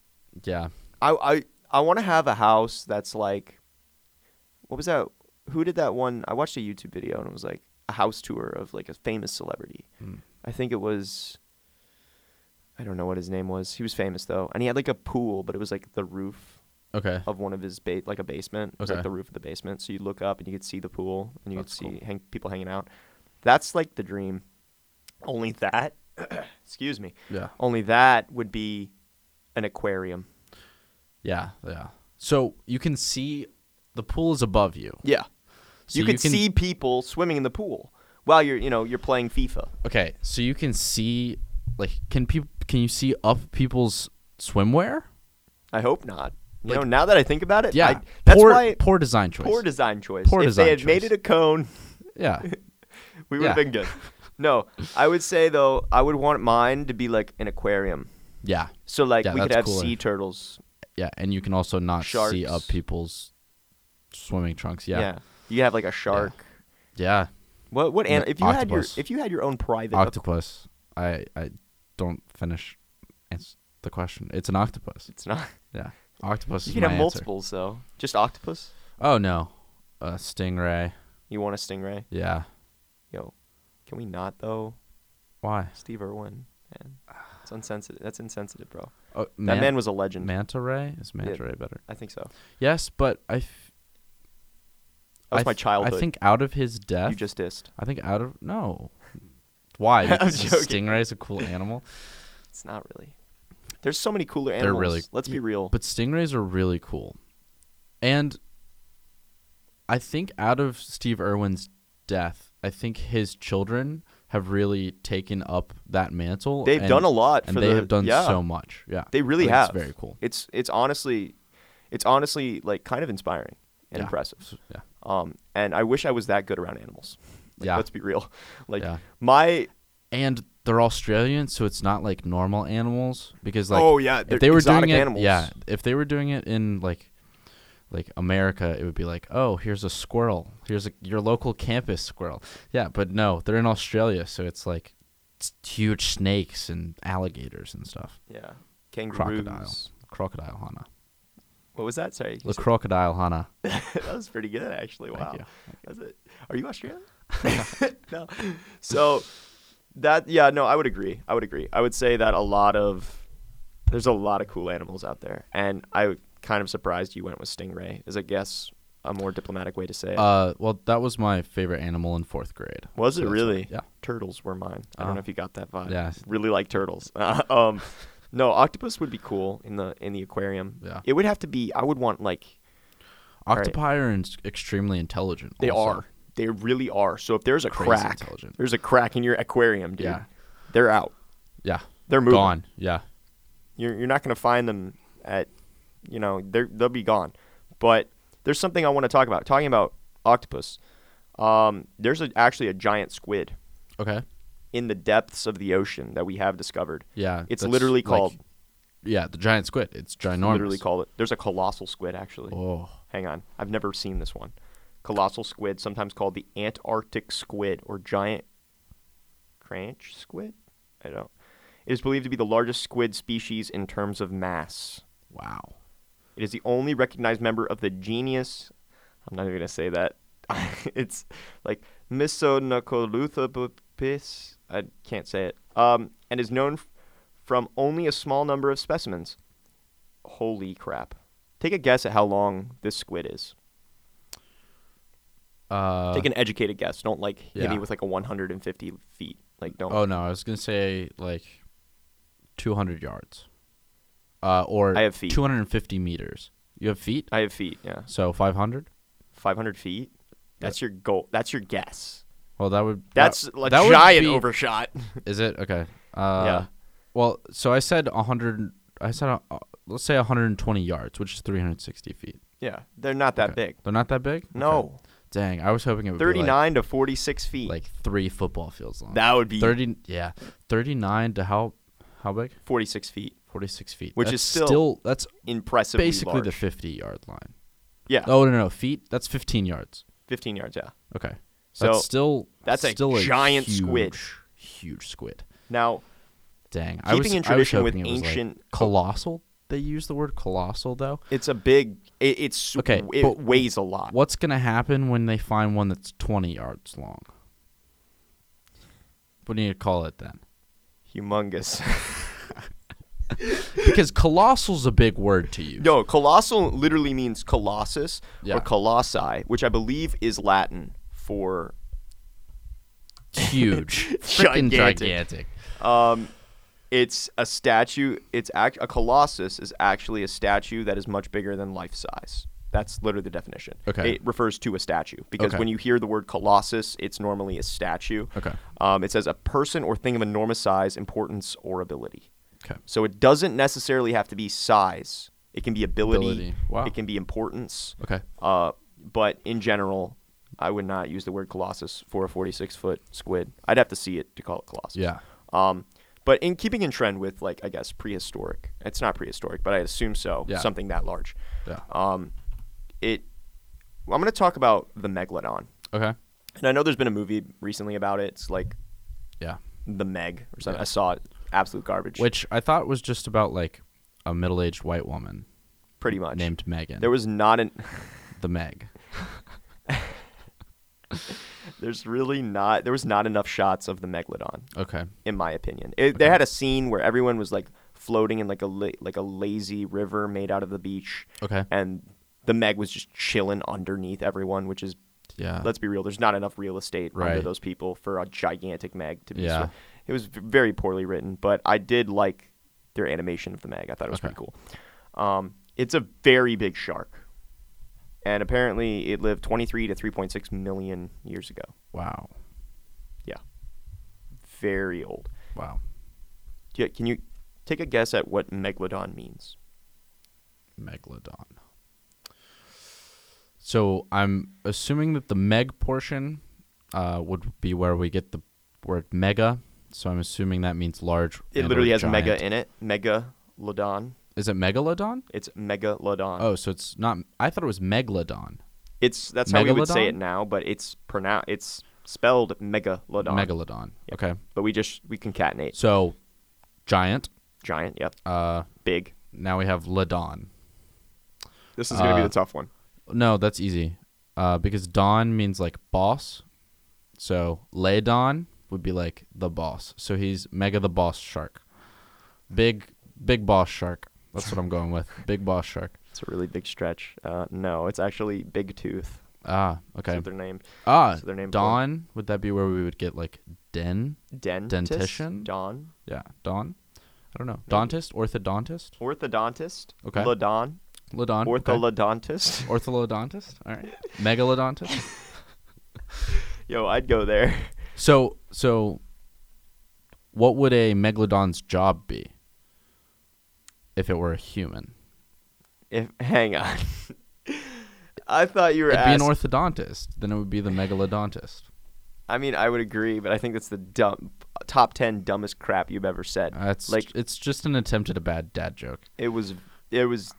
Yeah. I I, I want to have a house that's like, what was that? Who did that one? I watched a YouTube video and it was like a house tour of like a famous celebrity. Hmm. I think it was. I don't know what his name was. He was famous though, and he had like a pool, but it was like the roof Okay. of one of his ba- like a basement. It was Okay. like the roof of the basement, so you look up and you could see the pool and you That's could cool. see hang- people hanging out. That's like the dream. Only that, [coughs] excuse me. Yeah. Only that would be an aquarium. Yeah. Yeah. So you can see the pool is above you. Yeah. So you could can- see people swimming in the pool while you're, you know, you're playing FIFA. Okay, so you can see, like, can people can you see up people's swimwear? I hope not. You Like- know, now that I think about it, Yeah, I, that's poor, why poor design choice. poor design choice. Poor if design they had made choice. it a cone, yeah, we would have Yeah. [laughs] been good. No, I would say though, I would want mine to be like an aquarium. yeah, So like Yeah, we could that's have cooler. sea turtles. yeah, and you can also not see up Sharks. people's swimming trunks. Yeah. Yeah, yeah, You have like a shark. What what an- Yeah, if you had your octopus. if you had your own private aqu- octopus. I I don't finish ans- the question. It's an octopus. it's not Yeah, octopus. you is can my have answer. multiples though. Just octopus? Oh no, a stingray. You want a stingray? Yeah, Yo. Can we not though? why? Steve Irwin. Man. It's unsensitive. That's insensitive, bro. Oh, that man was a legend. manta ray is manta Yeah. ray better? I think so. Yes, but I. f- That was I my th- childhood. I think out of his death, you just dissed. I think out of no. [laughs] Why? I'm Because a joking. stingray is a cool animal, It's not really. There's so many cooler They're animals. really- Let's be real. but stingrays are really cool, and I think out of Steve Irwin's death, I think his children have really taken up that mantle. They've and- done a lot and for they the- have done yeah. so much. Yeah, They really I think have. It's very cool. It's it's honestly, it's honestly like kind of inspiring and Yeah. impressive. Yeah, Um, and I wish I was that good around animals. Like, Yeah. Let's be real. [laughs] Like Yeah. my and they're Australian, so it's not like normal animals because like Oh, yeah, if they're they were doing exotic it animals. yeah if they were doing it in like like America, it would be like oh here's a squirrel here's a, your local campus squirrel yeah but no they're in Australia so it's like s- huge snakes and alligators and stuff yeah kangaroos. crocodile crocodile Hana What was that? Sorry, the crocodile Hana [laughs] that was pretty good actually. Thank Wow. you. That's it. Are you [laughs] Australian? [laughs] no. So that yeah no I would agree. I would agree. I would say that a lot of there's a lot of cool animals out there, and I kind of surprised you went with stingray as I guess a more diplomatic way to say it. uh well that was my favorite animal in fourth grade Was So it that's really? why- yeah Turtles were mine. I don't Oh. know if you got that vibe. Yeah. Really like turtles. [laughs] um, no, octopus would be cool in the in the aquarium. Yeah. It would have to be. I would want like right. octopi are in- extremely intelligent they also. are. They really are. So if there's a Crazy crack, intelligent. there's a crack in your aquarium, dude. Yeah. They're out. yeah They're moving. gone yeah You're you're not gonna find them at, you know, they're they'll be gone. But there's something I want to talk about. Talking about octopus. Um, there's a, actually a giant squid okay in the depths of the ocean that we have discovered. Yeah, It's that's literally like- called Yeah, the giant squid. It's ginormous. literally called it. There's a colossal squid actually. Oh, Hang on. I've never seen this one. Colossal squid, sometimes called the Antarctic squid or giant cranch squid. I don't. It is believed to be the largest squid species in terms of mass. wow. It is the only recognized member of the genus. I'm not even gonna say that. [laughs] it's like Misonacoluthopis. I can't say it. Um, and is known f- from only a small number of specimens. Holy crap! Take a guess at how long this squid is. Uh, Take an educated guess. Don't like hit yeah. me with like a 150 feet. Like don't. oh no, I was gonna say like 200 yards, uh, or I have feet. 250 meters. You have feet, I have feet. Yeah, so 500. 500 feet. That's your goal. That's your guess. Well, that would that- That's a that would giant be- overshot. [laughs] Is it okay? Uh, Well, so I said 100. I said uh, uh, let's say 120 yards, which is 360 feet. yeah, they're not that Okay. big. They're not that big. Okay. No. Dang, I was hoping it would 39. 39 to 46 feet. be like, like three football fields long. that would be 30. Yeah, 39 to how how big? 46 feet. 46 feet. Which is That's still that's Impressively basically large. the 50 yard line. yeah, Oh no, no no feet. That's 15 yards. 15 yards. Yeah. Okay, So, that's still that's a still giant huge, squid. Huge squid. Now, Dang, I was Keeping in I was tradition with hoping it was, like, ancient- colossal. They use the word colossal though. it's a big. It, it's Okay, It but weighs a lot. What's gonna happen when they find one that's 20 yards long? What do you call it then? Humongous. [laughs] Because colossal's a big word to you. no, colossal literally means colossus Yeah. or colossi, which I believe is Latin for. [laughs] Huge, freaking Gigantic. gigantic. Um, it's a statue. It's act a colossus is actually a statue that is much bigger than life size. That's literally the definition. Okay. It refers to a statue because Okay. when you hear the word colossus, it's normally a statue. Okay. Um, it says a person or thing of enormous size, importance, or ability. Okay. So it doesn't necessarily have to be size. It can be ability. Ability. Wow. It can be importance. Okay. Uh, but in general, I would not use the word colossus for a 46 foot squid. I'd have to see it to call it colossus. Yeah. Um, but in keeping in trend with like I guess prehistoric, it's not prehistoric, but I assume so. Yeah. Something that large. Yeah. Um, it. I'm going to talk about the megalodon, Okay. and I know there's been a movie recently about it. It's like Yeah. the Meg or something. Yeah. I saw it. Absolute garbage. Which I thought was just about like a middle-aged white woman pretty much named Megan. There was not an. [laughs] the Meg. There's really not. There was not enough shots of the megalodon, Okay. in my opinion. It, They Okay. had a scene where everyone was like floating in like a la- like a lazy river made out of the beach, Okay. and the Meg was just chilling underneath everyone, which is Yeah. let's be real. There's not enough real estate under Uh, Right. those people for a gigantic Meg to be. Yeah. sw- It was v- very poorly written, but I did like their animation of the Meg. I thought it was Okay. pretty cool. Um, it's a very big shark, and apparently it lived 23 to 3.6 million years ago. wow. Very old. Wow. Do you- Can you take a guess at what megalodon means? Megalodon. So I'm assuming that the Meg portion uh, would be where we get the word mega. So I'm assuming that means large. It and or literally has giant. mega in it. Megalodon. Is it megalodon? It's megalodon. Oh, so it's not. I thought it was megalodon. It's that's how we would say Megalodon? it now, but it's pronounced. It's spelled megalodon. Megalodon. Yep. Okay. but we just we concatenate So giant. giant yep Uh, big now we have ladon. this is gonna be Uh, the tough one No, that's easy. Uh, because Don means like boss. So Lay Don would be like the boss. So he's Mega the Boss Shark. Big, big boss shark. That's what I'm going with. Big boss shark. it's a really big stretch uh, no it's actually big tooth Ah, okay. okay. their name Ah, so their name Don. Would that be where we would get like den? dentist Dentition? don Yeah, Don. I don't know. Dentist, orthodontist, orthodontist Okay. lodon Ladon. okay. ortholodontist [laughs] Ortholodontist. All right. Megalodontist. [laughs] yo i'd go there [laughs] So so what would a megalodon's job be if it were a human? if hang on [laughs] i thought you were It'd be an asking orthodontist, then it would be the megalodontist. i mean i would agree but i think that's the dumb top 10 dumbest crap you've ever said That's Like- like it's just an attempt at a bad dad joke. it was it was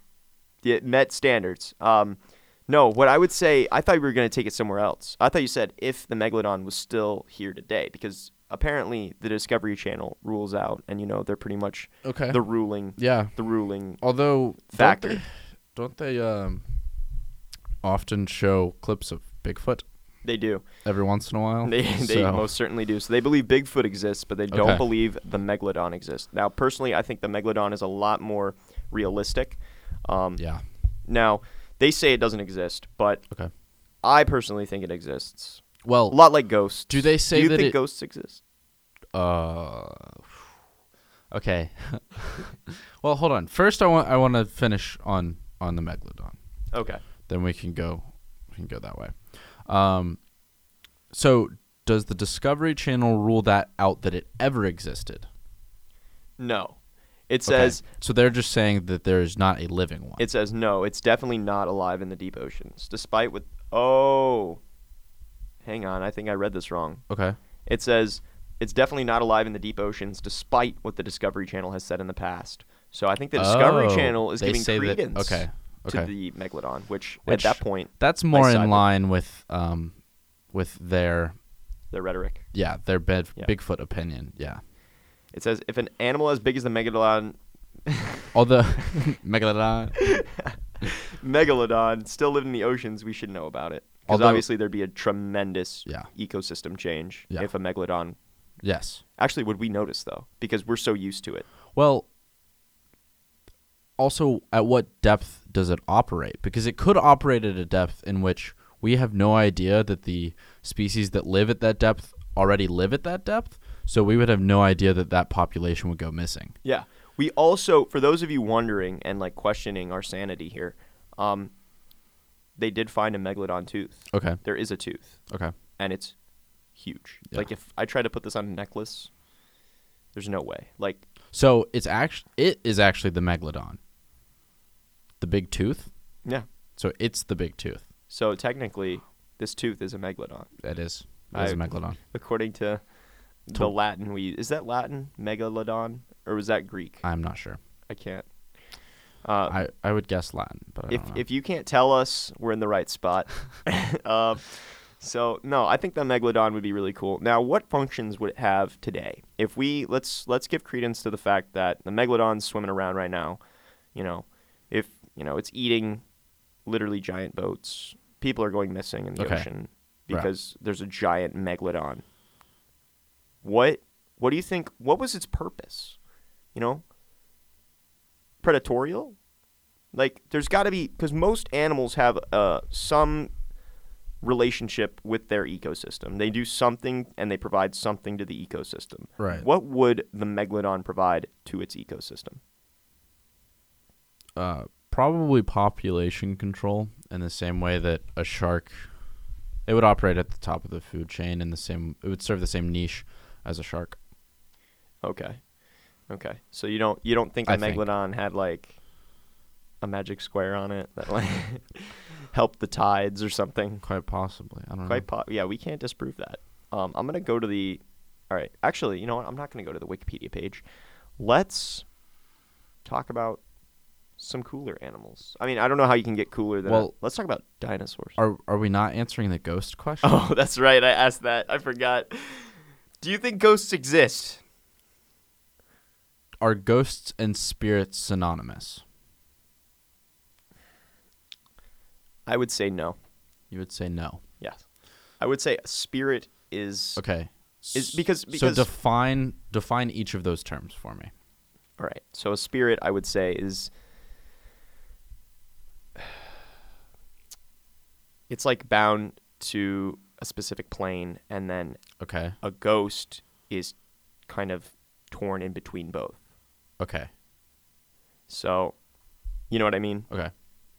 it met standards. Um, no, what I would say, I thought we were going to take it somewhere else. I thought you said if the megalodon was still here today, because apparently the Discovery Channel rules out, and you know they're pretty much Okay. the ruling, yeah. the ruling. Although Factor. Don't they, don't they um often show clips of Bigfoot They do. every once in a while? [laughs] They, they Oh, So- most certainly do. So they believe Bigfoot exists, but they don't Okay. believe the megalodon exists. Now, personally, I think the megalodon is a lot more realistic. Um, Yeah. Now, they say it doesn't exist, but Okay. I personally think it exists. Well, A lot like ghosts. Do they say Do you that think it- ghosts exist? Uh, okay. [laughs] well, hold on. First, I want I want to finish on on the megalodon. Okay. Then we can go we can go that way. Um, so does the Discovery Channel rule that out that it ever existed? No. It Okay. says so. They're just saying that there is not a living one. it says no. It's definitely not alive in the deep oceans, despite what. Oh, hang on. I think I read this wrong. okay. It says it's definitely not alive in the deep oceans, despite what the Discovery Channel has said in the past. So I think the Discovery Oh, Channel is they giving say that- credence okay. to Okay. the megalodon, which, Which- at that point, That's more side in with- line with um with their their rhetoric. yeah their bed Yeah. Bigfoot opinion. Yeah. It says if an animal as big as the megalodon [laughs] Although megalodon. megalodon still live in the oceans, we should know about it. Because Although- obviously there'd be a tremendous Yeah. ecosystem change Yeah. if a megalodon. Yes. Actually, would we notice though? Because we're so used to it. Well, also, at what depth does it operate? Because it could operate at a depth in which we have no idea that the species that live at that depth already live at that depth. So we would have no idea that that population would go missing. Yeah. We also, for those of you wondering and like questioning our sanity here, um, they did find a megalodon tooth. Okay. There is a tooth, Okay. and it's huge. Yeah. Like if I try to put this on a necklace, there's no way. Like So it's actually it is actually the megalodon. The big tooth. yeah. So it's the big tooth. So technically, this tooth is a megalodon, That is. That is a I- megalodon. according to To- the Latin we is that Latin megalodon or was that Greek? I'm not sure. I can't. Uh, I, I would guess Latin, but I if don't know. if you can't tell us, we're in the right [laughs] spot. [laughs] um, so no, I think the megalodon would be really cool. Now, what functions would it have today? If we let's let's give credence to the fact that the megalodon's swimming around right now. You know, if you know it's eating literally giant boats, people are going missing in the Okay. ocean Right. because there's a giant megalodon. What what do you think? What was its purpose? You know, predatorial. Like, there's got to be because most animals have uh, some relationship with their ecosystem. They do something and they provide something to the ecosystem. Right. What would the megalodon provide to its ecosystem? uh, probably population control in the same way that a shark it would operate at the top of the food chain in the same it would serve the same niche as a shark. Okay, okay. So you don't you don't think the I think. megalodon had like a magic square on it that like [laughs] helped the tides or something? Quite possibly. I don't Quite know. po- yeah, we can't disprove that. Um, I'm gonna go to the. All right, actually, you know what? I'm not gonna go to the Wikipedia page. Let's talk about some cooler animals. I mean, I don't know how you can get cooler than. Well- let's talk about dinosaurs. Are are we not answering the ghost question? [laughs] oh, that's right. I asked that. I forgot. Do you think ghosts exist? Are ghosts and spirits synonymous? I would say no. You would say no. Yes. I would say a spirit is. Okay. Is- because- so because- define define each of those terms for me. All right. So a spirit, I would say, is it's like bound to a specific plane, and then Okay. a ghost is kind of torn in between both. Okay. So, you know what I mean? Okay.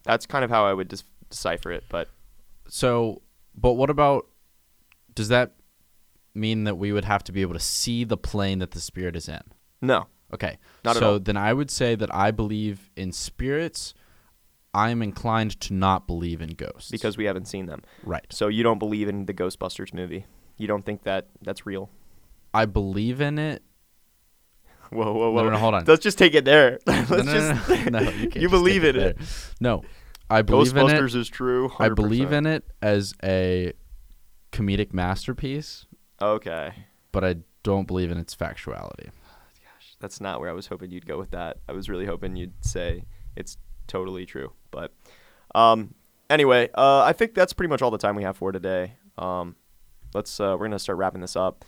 That's kind of how I would dis- decipher it. But So, but what about does that mean that we would have to be able to see the plane that the spirit is in? no, Okay. Not at so all. then I would say that I believe in spirits. I'm inclined to not believe in ghosts. because we haven't seen them. right. So you don't believe in the Ghostbusters movie? You don't think that that's real? [laughs] I believe in it. Whoa, whoa, No, whoa! no, no, hold on. Let's just take it there. [laughs] [laughs] Let's No, no, no, just. [laughs] no, no, you, can't just believe take in there. No. I believe in it. Ghostbusters is true. I believe 100%. in it as a comedic masterpiece, Okay. but I don't believe in its factuality. That's not where I was hoping you'd go with that. I was really hoping you'd say it's totally true. But um, anyway, uh, I think that's pretty much all the time we have for today. Um, let's uh, we're gonna start wrapping this up.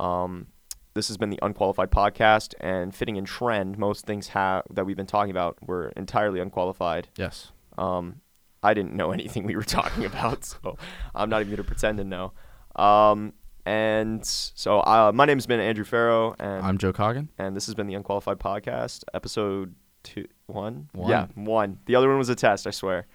Um, this has been the unqualified podcast, and fitting in trend, most things ha- that we've been talking about were entirely unqualified. Yes. Um, I didn't know [laughs] anything we were talking about, [laughs] so I'm not even going to pretend to know. Um, and so uh, my name's been Andrew Farrow, and I'm Joe Coggin. and this has been the Unqualified Podcast, episode two, one? One. Yeah, one. The other one was a test, I swear.